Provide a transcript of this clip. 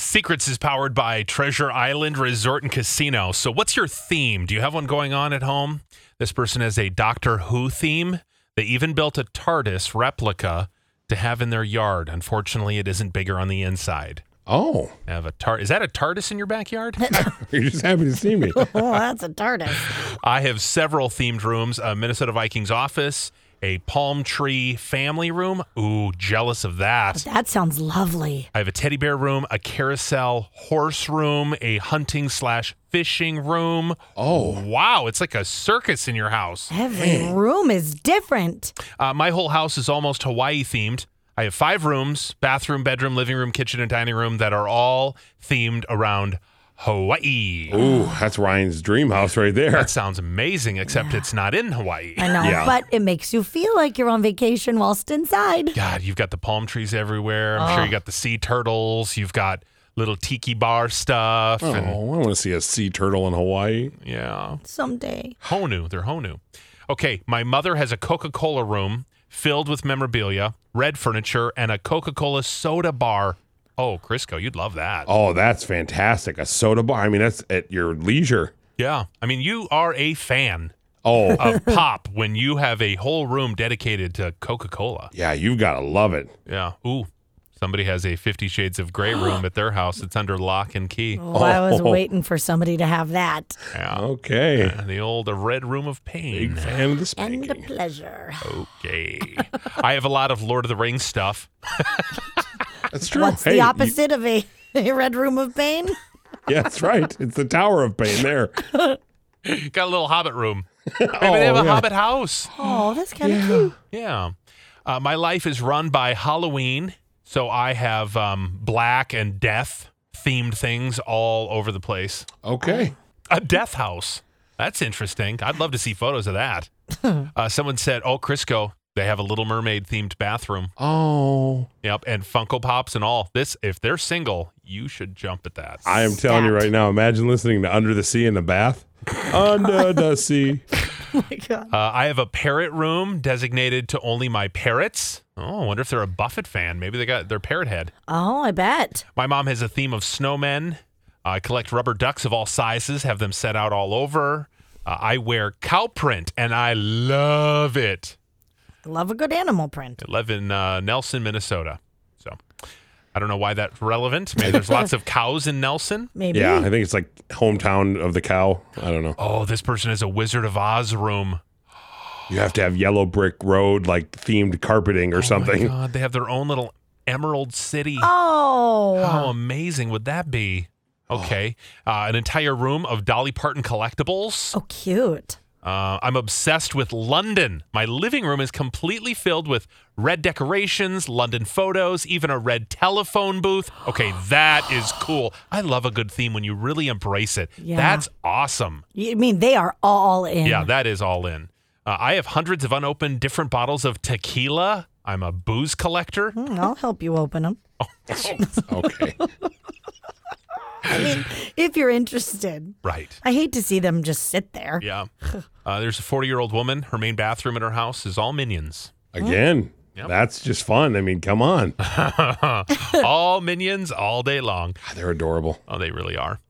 Secrets is powered by Treasure Island Resort and Casino. So, what's your theme? Do you have one going on at home? This person has a Doctor Who theme. They even built a TARDIS replica to have in their yard. Unfortunately, it isn't bigger on the inside. Oh, I have a tar- Is that a TARDIS in your backyard? you're just happy to see me. Oh, that's a TARDIS. I have several themed rooms a Minnesota Vikings office, a palm tree family room. Ooh, jealous of that. That sounds lovely. I have a teddy bear room, a carousel horse room, a hunting slash fishing room. Oh, Wow, it's like a circus in your house. Every room is different. Uh, my whole house is almost Hawaii themed. I have five rooms bathroom, bedroom, living room, kitchen, and dining room that are all themed around Hawaii. ooh, that's Ryan's dream house right there. That sounds amazing, except it's not in Hawaii. I know, Yeah. but it makes you feel like you're on vacation whilst inside. God, you've got the palm trees everywhere. I'm Oh. sure you got the sea turtles. You've got little tiki bar stuff. Oh, I And want to see a sea turtle in Hawaii. yeah. Someday. Honu. They're Honu. Okay. My mother has a Coca Cola room filled with memorabilia, red furniture, and a Coca Cola soda bar. Oh, Crisco, you'd love that. Oh, that's fantastic. A soda bar. I mean, that's at your leisure. Yeah. I mean, you are a fan Oh, of pop when you have a whole room dedicated to Coca Cola. yeah, you've got to love it. Yeah. Ooh. Somebody has a Fifty Shades of Grey room at their house. It's under lock and key. Oh, I was Oh. waiting for somebody to have that. Yeah. Okay. The old red room of pain. Big fan of the And the spanking. pleasure. Oh, Okay. I have a lot of Lord of the Rings stuff. That's true. What's Hey, the you- opposite of a, a red room of pain? yeah, that's right. It's the Tower of Pain there. Got a little Hobbit room. Maybe they have a yeah. Hobbit house. Oh, that's kind of cute. Yeah. Uh, my life is run by Halloween, so I have um, black and death themed things all over the place. Okay. A death house. That's interesting. I'd love to see photos of that. Uh, someone said, "Oh, Crisco, they have a Little Mermaid themed bathroom." Oh, Yep, and Funko Pops and all. This, if they're single, you should jump at that. I am telling you Stat. right now. Imagine listening to Under the Sea in the bath. Under the sea. Oh my God. Uh, I have a parrot room designated to only my parrots. Oh, I wonder if they're a Buffett fan. Maybe they got their parrot head. Oh, I bet. My mom has a theme of snowmen. I collect rubber ducks of all sizes, have them set out all over. Uh, I wear cow print, and I love it. Love a good animal print. I live in uh, Nelson, Minnesota. So I don't know why that's relevant. Maybe there's lots of cows in Nelson. Maybe. Yeah, I think it's like hometown of the cow. I don't know. Oh, this person has a Wizard of Oz room. You have to have yellow brick road like themed carpeting or Oh my something. God, they have their own little Emerald City. Oh. How amazing would that be? Okay. Uh, an entire room of Dolly Parton collectibles. So Oh, cute. Uh, I'm obsessed with London. My living room is completely filled with red decorations, London photos, even a red telephone booth. Okay, that is cool. I love a good theme when you really embrace it. Yeah. That's awesome. You- I mean, they are all in. Yeah, that is all in. Uh, I have hundreds of unopened different bottles of tequila. I'm a booze collector. Mm, I'll help you open them. Okay. I mean, if you're interested. Right. I hate to see them just sit there. Yeah. Uh, there's a 40 year old woman. Her main bathroom in her house is all minions. Again, Yep. that's just fun. I mean, come on. all minions all day long. They're adorable. Oh, they really are.